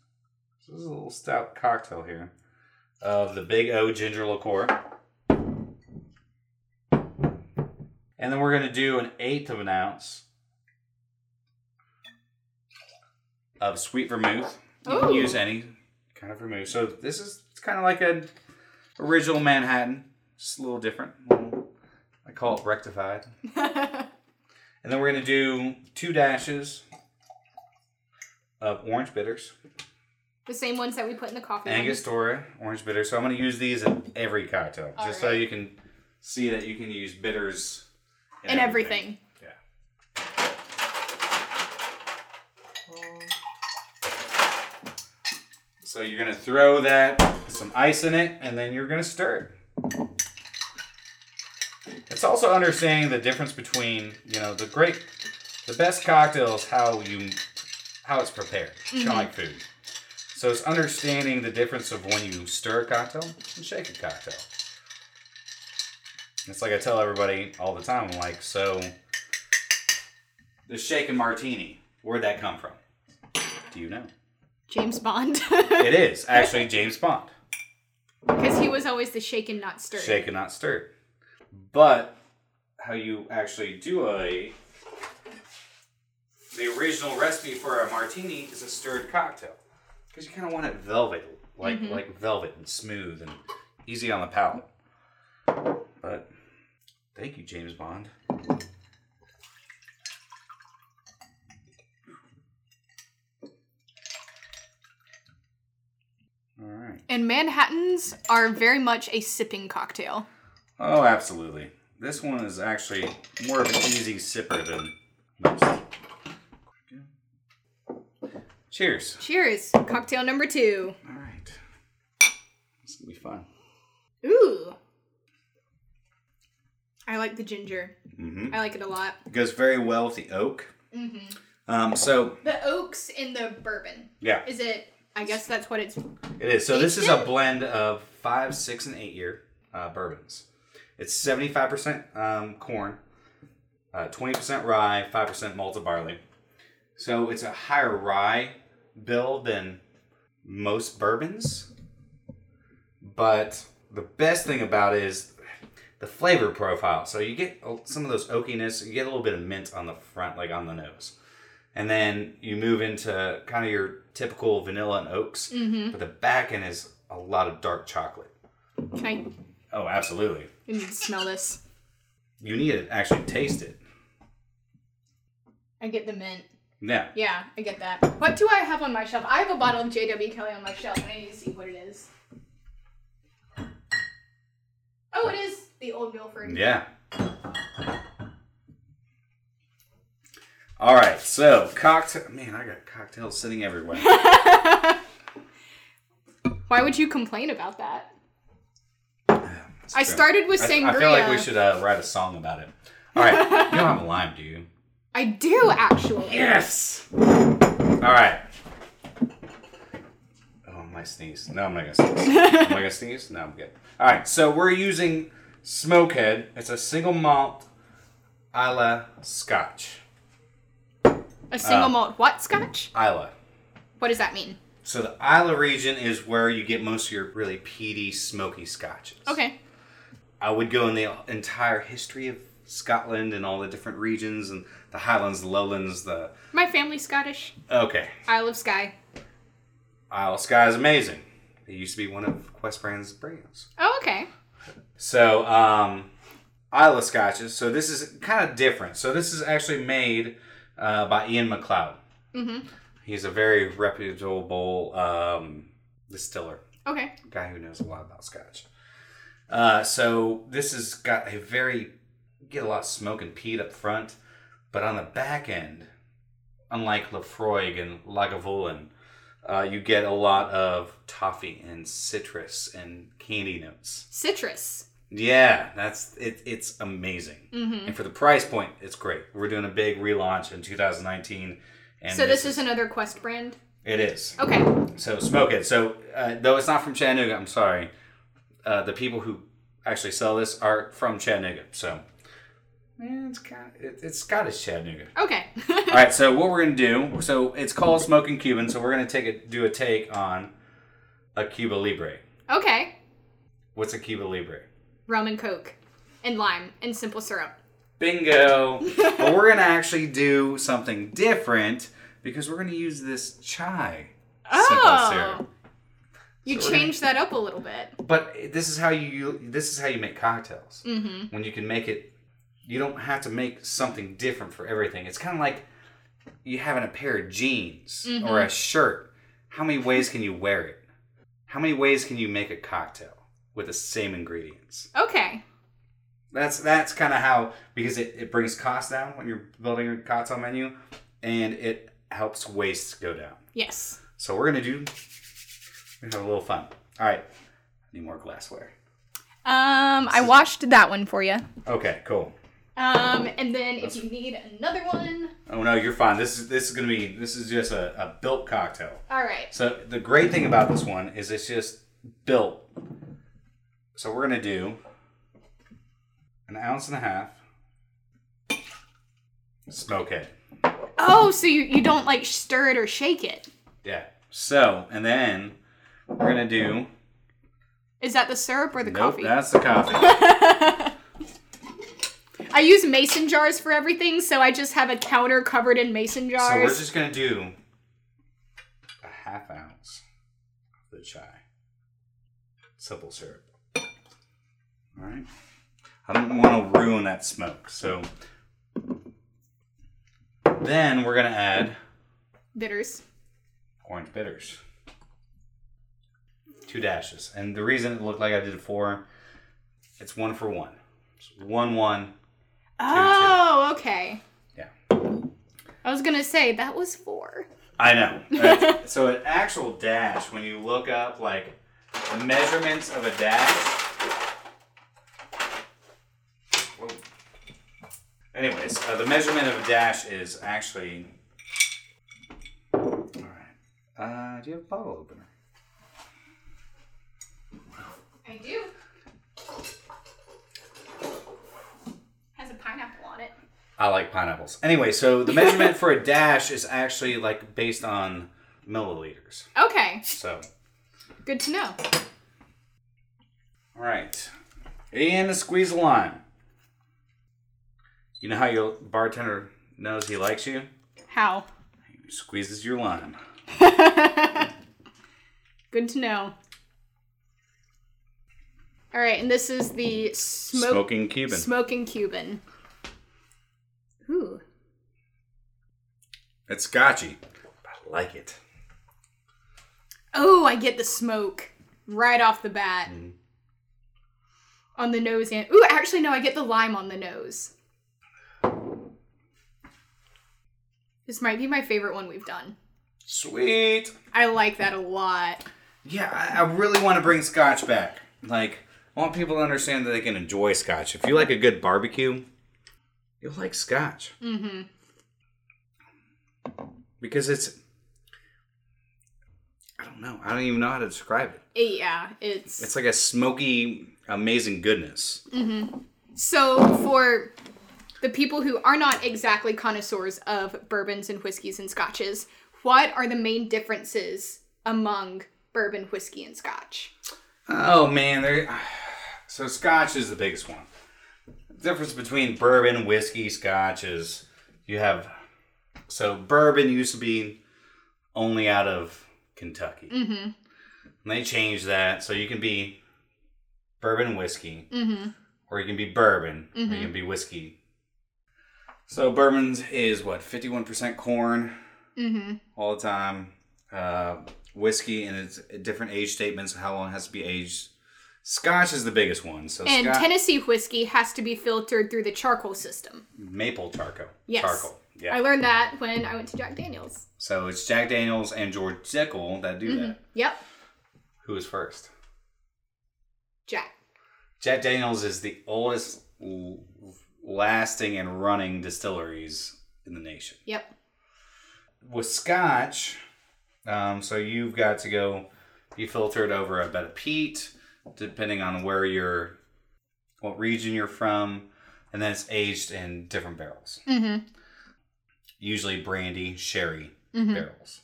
[SPEAKER 2] So this is a little stout cocktail here of the Big O ginger liqueur. And then we're gonna do an eighth of an ounce of sweet vermouth. You can
[SPEAKER 1] Ooh.
[SPEAKER 2] use any kind of vermouth. So this is it's kind of like a original Manhattan, just a little different. Little- I call it rectified. And then we're gonna do two dashes of orange bitters,
[SPEAKER 1] the same ones that we put in the coffee. one.
[SPEAKER 2] Angostura orange bitters. So I'm gonna use these in every cocktail,
[SPEAKER 1] All
[SPEAKER 2] just so
[SPEAKER 1] right.
[SPEAKER 2] you can see that you can use bitters in
[SPEAKER 1] and everything.
[SPEAKER 2] Yeah. So you're gonna throw that some ice in it, and then you're gonna stir it. It's also understanding the difference between you know the great, the best cocktail is how you, how it's prepared, kind of like food. So it's understanding the difference of when you stir a cocktail and shake a cocktail. It's like I tell everybody all the time. I'm like, so the shaken martini, where'd that come from? Do you know?
[SPEAKER 1] James Bond.
[SPEAKER 2] It is actually James Bond.
[SPEAKER 1] Because he was always the shaken, not stirred.
[SPEAKER 2] Shaken, not stirred. But how you actually do a the original recipe for a martini is a stirred cocktail because you kind of want it velvet, like like velvet and smooth and easy on the palate. But thank you, James Bond. All right.
[SPEAKER 1] And Manhattans are very much a sipping cocktail.
[SPEAKER 2] Oh, absolutely. This one is actually more of an easy sipper than most. Cheers.
[SPEAKER 1] Cheers. Cocktail number two.
[SPEAKER 2] All right. This is going to be fun.
[SPEAKER 1] Ooh. I like the ginger.
[SPEAKER 2] Mm-hmm.
[SPEAKER 1] I like it a lot.
[SPEAKER 2] It goes very well with the oak.
[SPEAKER 1] Mm-hmm.
[SPEAKER 2] Um, so,
[SPEAKER 1] The oaks in the bourbon.
[SPEAKER 2] yeah,
[SPEAKER 1] Is it? I guess that's what it's.
[SPEAKER 2] it is. So, this is a blend of five, six, and eight year uh, bourbons. It's 75% um, corn, uh, 20% rye, 5% malted barley. So, it's a higher rye bill than most bourbons. But the best thing about it is the flavor profile. So you get a- some of those oakiness, you get a little bit of mint on the front, like on the nose. And then you move into kind of your typical vanilla and oaks.
[SPEAKER 1] Mm-hmm.
[SPEAKER 2] But the back end is a lot of dark chocolate.
[SPEAKER 1] Can I?
[SPEAKER 2] Oh, absolutely.
[SPEAKER 1] I need to smell this.
[SPEAKER 2] You need to actually taste it.
[SPEAKER 1] I get the mint.
[SPEAKER 2] Yeah.
[SPEAKER 1] Yeah, I get that. What do I have on my shelf? I have a bottle of JW Kelly on my shelf, and I need to see what it is. Oh, it is the Old Milford.
[SPEAKER 2] Yeah. All right. So, cocktail. Man, I got cocktails sitting everywhere.
[SPEAKER 1] Why would you complain about that? I
[SPEAKER 2] true.
[SPEAKER 1] started with
[SPEAKER 2] I,
[SPEAKER 1] sangria.
[SPEAKER 2] I feel like we should uh, write a song about it. All right, you don't have a lime, do you?
[SPEAKER 1] I do actually.
[SPEAKER 2] Yes. All right. Oh, I might sneeze. No, I'm not gonna sneeze. Am I gonna sneeze? No, I'm good. All right, so we're using Smokehead. It's a single malt Isla Scotch.
[SPEAKER 1] A single
[SPEAKER 2] Uh.
[SPEAKER 1] malt what scotch?
[SPEAKER 2] Isla.
[SPEAKER 1] What does that mean?
[SPEAKER 2] So the Isla region is where you get most of your really peaty, smoky scotches.
[SPEAKER 1] Okay.
[SPEAKER 2] I would go in the entire history of Scotland and all the different regions and the Highlands, the Lowlands, the
[SPEAKER 1] My family's Scottish.
[SPEAKER 2] okay.
[SPEAKER 1] Isle of Skye.
[SPEAKER 2] Isle of Skye is amazing. It used to be one of Quest Brand's brands.
[SPEAKER 1] Oh, okay.
[SPEAKER 2] So, um, Isle of Scotches. So this is kind of different. So this is actually made uh, by Ian McLeod.
[SPEAKER 1] Mm-hmm.
[SPEAKER 2] He's a very reputable um, distiller,
[SPEAKER 1] Okay.
[SPEAKER 2] guy who knows a lot about Scotch. Uh, so this has got a very get a lot of smoke and peat up front, but on the back end, unlike Lafroig and Lagavulin, uh, you get a lot of toffee and citrus and candy notes.
[SPEAKER 1] Citrus.
[SPEAKER 2] Yeah, that's it. It's amazing,
[SPEAKER 1] Mm-hmm.
[SPEAKER 2] and for the price point, it's great. We're doing a big relaunch in 2019, and
[SPEAKER 1] So this is another Quest brand.
[SPEAKER 2] it is.
[SPEAKER 1] Okay.
[SPEAKER 2] So smoke it. So uh, though it's not from Chattanooga, I'm sorry. Uh, the people who actually sell this are from Chattanooga. So man, it's kind of, it, it's Scottish Chattanooga.
[SPEAKER 1] Okay.
[SPEAKER 2] All right. So what we're gonna do? So it's called Smoking Cuban. So we're gonna take a do a take on a Cuba Libre.
[SPEAKER 1] okay.
[SPEAKER 2] What's a Cuba Libre?
[SPEAKER 1] Rum and Coke, and lime and simple syrup.
[SPEAKER 2] Bingo. but we're gonna actually do something different because we're gonna use this chai
[SPEAKER 1] Oh.
[SPEAKER 2] syrup.
[SPEAKER 1] You
[SPEAKER 2] So we're
[SPEAKER 1] changed that up a little bit.
[SPEAKER 2] But this is how you this is how you make cocktails.
[SPEAKER 1] Mm-hmm.
[SPEAKER 2] when you can make it you don't have to make something different for everything it's kind of like you having a pair of jeans or a shirt how many ways can you wear it how many ways can you make a cocktail with the same ingredients
[SPEAKER 1] Okay.
[SPEAKER 2] that's that's kind of how because it, it brings costs down when you're building a cocktail menu and it helps waste go down
[SPEAKER 1] Yes.
[SPEAKER 2] so we're gonna do we're gonna have a little fun all right need more glassware
[SPEAKER 1] Um, I washed that one for you.
[SPEAKER 2] okay cool
[SPEAKER 1] Um, and then if you need another one,
[SPEAKER 2] Oh no, you're fine. This is this is gonna be this is just a, a built cocktail.
[SPEAKER 1] all right.
[SPEAKER 2] So the great thing about this one is it's just built. So we're gonna do an ounce and a half smoke it.
[SPEAKER 1] Oh, so you, you don't like stir it or shake it?
[SPEAKER 2] Yeah. So and then we're gonna do
[SPEAKER 1] Is that the syrup or the
[SPEAKER 2] nope,
[SPEAKER 1] coffee?
[SPEAKER 2] that's the coffee.
[SPEAKER 1] I use mason jars for everything, so I just have a counter covered in mason
[SPEAKER 2] so we're
[SPEAKER 1] jars.
[SPEAKER 2] just gonna do a half ounce of the chai. Simple syrup. Alright. I don't want to ruin that smoke, so then we're gonna add
[SPEAKER 1] Bitters.
[SPEAKER 2] orange bitters. Two dashes. And the reason it looked like I did four, it's one for one. It's one one.
[SPEAKER 1] Oh, okay.
[SPEAKER 2] Yeah.
[SPEAKER 1] I was gonna say that was four.
[SPEAKER 2] I know. That's- so an actual dash, when you look up like the measurements of a dash. Whoa. Anyways, uh, the measurement of a dash is actually. All right. Uh, do you have a bottle opener?
[SPEAKER 1] I do. Has a pineapple on it.
[SPEAKER 2] I like pineapples. Anyway, so the measurement for a dash is actually like based on milliliters.
[SPEAKER 1] Okay,
[SPEAKER 2] So,
[SPEAKER 1] good to know.
[SPEAKER 2] all right, and a squeeze of lime. You know how your bartender knows he likes you?
[SPEAKER 1] How?
[SPEAKER 2] He squeezes your lime.
[SPEAKER 1] Good to know. All right, and this is the smoke,
[SPEAKER 2] Smoking Cuban.
[SPEAKER 1] smoking Cuban. Ooh,
[SPEAKER 2] it's scotchy. I like it.
[SPEAKER 1] oh, I get the smoke right off the bat on the nose and ooh, actually no, I get the lime on the nose. This might be my favorite one we've done.
[SPEAKER 2] Sweet.
[SPEAKER 1] I like that a lot.
[SPEAKER 2] Yeah, I, I really want to bring scotch back. Like, I want people to understand that they can enjoy scotch. If you like a good barbecue, you'll like scotch. Mm-hmm. Because it's, I don't know. I don't even know how to describe it.
[SPEAKER 1] Yeah, it's
[SPEAKER 2] It's like a smoky, amazing goodness.
[SPEAKER 1] So, for the people who are not exactly connoisseurs of bourbons and whiskeys and scotches, what are the main differences among bourbon, whiskey, and scotch?
[SPEAKER 2] Oh man, there. So Scotch is the biggest one. difference between bourbon, whiskey, Scotch is you have. So bourbon used to be only out of Kentucky, mm-hmm. and they changed that so you can be bourbon whiskey,
[SPEAKER 1] Mm-hmm.
[SPEAKER 2] or you can be bourbon, or you can be whiskey. So bourbons is what fifty one percent corn
[SPEAKER 1] Mm-hmm.
[SPEAKER 2] all the time. Uh, whiskey and it's different age statements how long it has to be aged. Scotch is the biggest one. So
[SPEAKER 1] And
[SPEAKER 2] Scotch,
[SPEAKER 1] Tennessee whiskey has to be filtered through the charcoal system.
[SPEAKER 2] maple charcoal.
[SPEAKER 1] Yes.
[SPEAKER 2] Charcoal. Yeah.
[SPEAKER 1] I learned that when I went to Jack Daniels.
[SPEAKER 2] so it's Jack Daniels and George Dickel that
[SPEAKER 1] Mm-hmm.
[SPEAKER 2] do that.
[SPEAKER 1] Yep,
[SPEAKER 2] Who is first?
[SPEAKER 1] Jack.
[SPEAKER 2] Jack Daniels is the oldest l- lasting and running distilleries in the nation.
[SPEAKER 1] Yep.
[SPEAKER 2] with scotch, um, so you've got to go, you filter it over a bed of peat, depending on where you're, what region you're from, and then it's aged in different barrels.
[SPEAKER 1] Mm-hmm.
[SPEAKER 2] Usually brandy, sherry
[SPEAKER 1] Mhm.
[SPEAKER 2] barrels,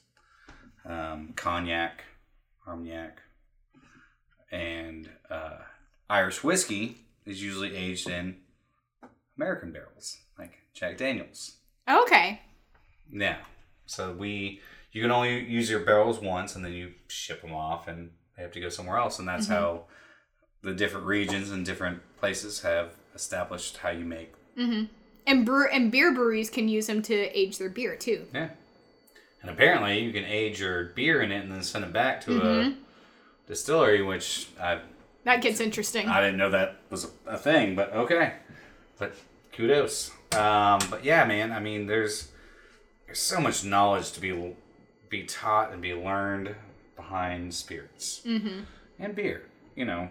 [SPEAKER 2] um, cognac, armagnac, and uh, Irish whiskey is usually aged in American barrels, like Jack Daniels.
[SPEAKER 1] Okay.
[SPEAKER 2] Yeah. So we, you can only use your barrels once, and then you ship them off, and they have to go somewhere else. And that's how the different regions and different places have established how you make.
[SPEAKER 1] And brew and beer breweries can use them to age their beer too.
[SPEAKER 2] Yeah. And apparently, you can age your beer in it and then send it back to a distillery, which I
[SPEAKER 1] That gets interesting.
[SPEAKER 2] I didn't know that was a, a thing, but okay. But kudos. Um, but yeah, man. I mean, there's there's so much knowledge to be be taught and be learned behind spirits and beer. You know,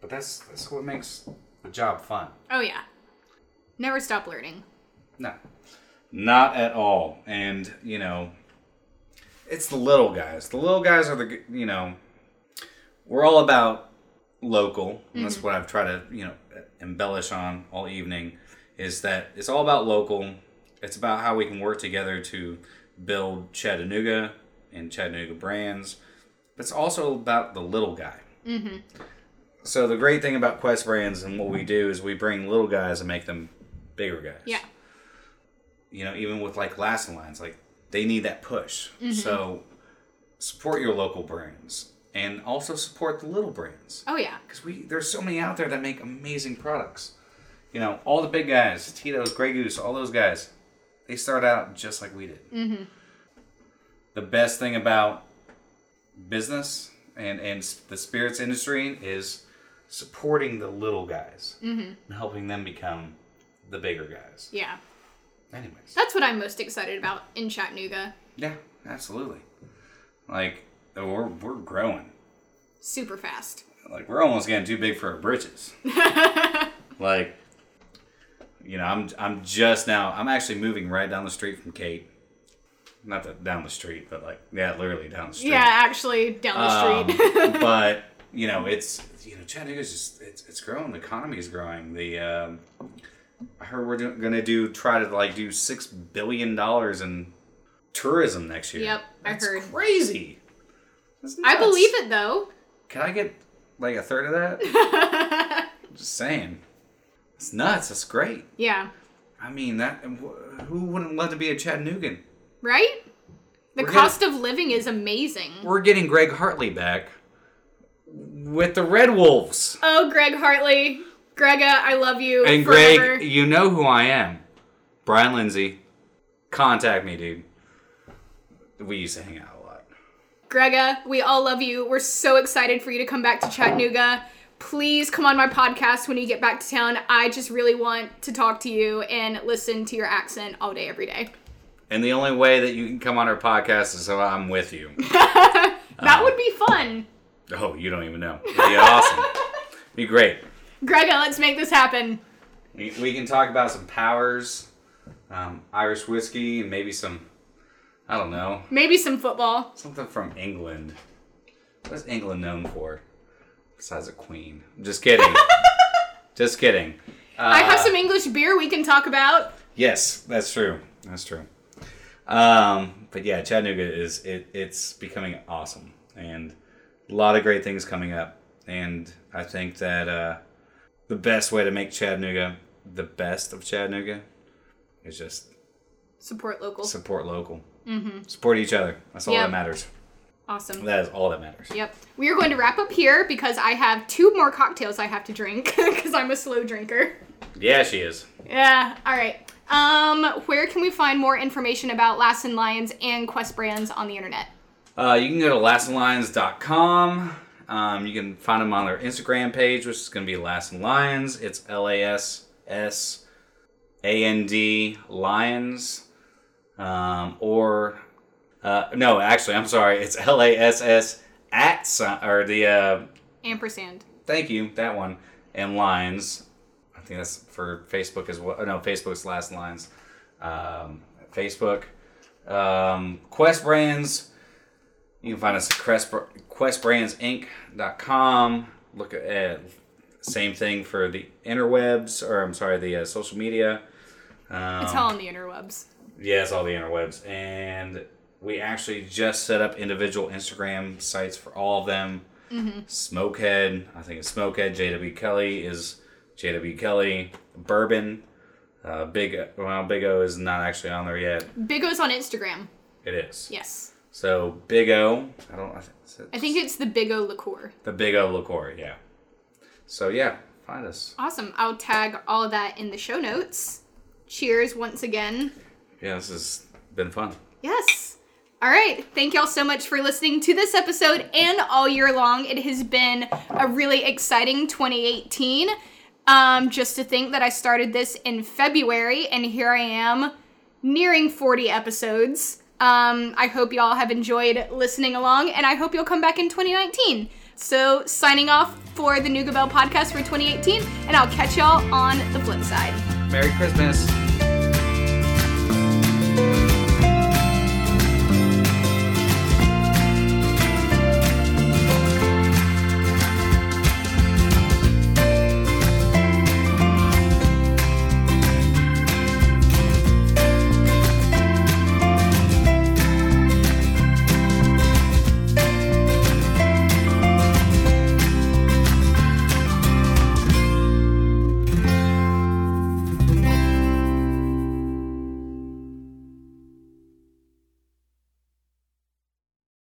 [SPEAKER 2] but that's that's what makes the job fun.
[SPEAKER 1] oh yeah. Never stop learning.
[SPEAKER 2] No, not at all. And you know, it's the little guys. The little guys are the g- you know, we're all about local. And that's what I've tried to you know embellish on all evening. Is that it's all about local. It's about how we can work together to build Chattanooga and Chattanooga brands. But it's also about the little guy. So the great thing about Quest Brands and what we do is we bring little guys and make them bigger guys
[SPEAKER 1] Yeah.
[SPEAKER 2] you know, even with like last in lines, like they need that push. So support your local brands and also support the little brands
[SPEAKER 1] Oh yeah.
[SPEAKER 2] because we there's so many out there that make amazing products. You know, all the big guys, Tito's, Grey Goose, all those guys, they start out just like we did. Mm-hmm. The best thing about business and and s- the spirits industry is supporting the little guys and helping them become the bigger guys.
[SPEAKER 1] Yeah.
[SPEAKER 2] Anyways.
[SPEAKER 1] That's what I'm most excited about in Chattanooga.
[SPEAKER 2] Yeah, absolutely. Like we're we're growing.
[SPEAKER 1] Super fast.
[SPEAKER 2] Like we're almost getting too big for our britches. like you know, I'm I'm just now I'm actually moving right down the street from Kate. Not that down the street, but like yeah, literally down the street.
[SPEAKER 1] Yeah, actually down the
[SPEAKER 2] Um,
[SPEAKER 1] street.
[SPEAKER 2] but you know, it's you know, Chattanooga's just it's it's growing. The economy is growing. The um, I heard we're doing, gonna do try to like do six billion dollars in tourism next year.
[SPEAKER 1] Yep, I
[SPEAKER 2] That's
[SPEAKER 1] heard.
[SPEAKER 2] Crazy. That's
[SPEAKER 1] I
[SPEAKER 2] nuts.
[SPEAKER 1] believe it though.
[SPEAKER 2] Can I get like a third of that? just saying. It's nuts. That's great.
[SPEAKER 1] Yeah.
[SPEAKER 2] I mean, that wh- who wouldn't love to be a Chattanoogan?
[SPEAKER 1] Right? The
[SPEAKER 2] We're
[SPEAKER 1] cost of living is amazing.
[SPEAKER 2] We're getting Greg Hartley back with the Red Wolves.
[SPEAKER 1] Oh, Greg Hartley. Grega, I love you.
[SPEAKER 2] And
[SPEAKER 1] forever.
[SPEAKER 2] Greg, you know who I am. Brian Lindsay. Contact me, dude. We used to hang out a lot.
[SPEAKER 1] Grega, we all love you. We're so excited for you to come back to Chattanooga. Please come on my podcast when you get back to town. I just really want to talk to you and listen to your accent all day, every day.
[SPEAKER 2] And the only way that you can come on our podcast is if I'm with you. Um,
[SPEAKER 1] That would be fun.
[SPEAKER 2] oh, you don't even know. It'd be awesome. Be great.
[SPEAKER 1] Grega, uh, let's make this happen.
[SPEAKER 2] We, we can talk about some powers, um, Irish whiskey, and maybe some, I don't know,
[SPEAKER 1] Maybe some football.
[SPEAKER 2] something from England. What is England known for? Besides a queen. Just kidding. Just kidding.
[SPEAKER 1] I have some English beer we can talk about.
[SPEAKER 2] Yes, that's true. That's true. Um, but yeah, Chattanooga is it, it's becoming awesome, and a lot of great things coming up. And I think that uh, the best way to make Chattanooga the best of Chattanooga is just
[SPEAKER 1] Support local.
[SPEAKER 2] support local. Support each other. That's all
[SPEAKER 1] Mm-hmm. Yep.
[SPEAKER 2] that matters.
[SPEAKER 1] awesome.
[SPEAKER 2] That is all that matters.
[SPEAKER 1] Yep. We are going to wrap up here because I have two more cocktails I have to drink because I'm a slow drinker.
[SPEAKER 2] Yeah, she is.
[SPEAKER 1] Yeah. All right. Um, where can we find more information about Last and Lions and Quest brands on the internet?
[SPEAKER 2] Uh, you can go to lastinlions.com. Um, you can find them on their Instagram page, which is going to be Last and Lions. It's L A S S A N D Lions. Um, or, uh, no, actually, I'm sorry. It's L A S S at, si- or the, uh,
[SPEAKER 1] Ampersand.
[SPEAKER 2] thank you, that one, and Lions. I think that's for Facebook as well. No, Facebook's Last Lines. Um, Facebook. Um, Quest Brands. You can find us at Crest, questbrandsinc.com. Look at same thing for the interwebs, or I'm sorry, the uh, social media. Um,
[SPEAKER 1] It's all on the interwebs.
[SPEAKER 2] yeah, it's all the interwebs. And we actually just set up individual Instagram sites for all of them.
[SPEAKER 1] Mm-hmm.
[SPEAKER 2] Smokehead, I think it's Smokehead. JW Kelly is JW Kelly. Bourbon, uh, Big well, Big O is not actually on there yet.
[SPEAKER 1] Big O's on Instagram.
[SPEAKER 2] It is.
[SPEAKER 1] Yes.
[SPEAKER 2] So Big O, I don't. I think, is it-
[SPEAKER 1] I think it's the Big O liqueur.
[SPEAKER 2] the Big O liqueur. Yeah. So yeah, find us.
[SPEAKER 1] Awesome. I'll tag all of that in the show notes. Cheers once again.
[SPEAKER 2] Yeah, this has been fun.
[SPEAKER 1] Yes. All right. Thank y'all so much for listening to this episode and all year long. It has been a really exciting 2018. Um, just to think that I started this in February and here I am nearing 40 episodes. Um, I hope y'all have enjoyed listening along and I hope you'll come back in 2019. So, signing off for the Nougat Bell podcast for 2018, and I'll catch y'all on the flip side.
[SPEAKER 2] Merry Christmas.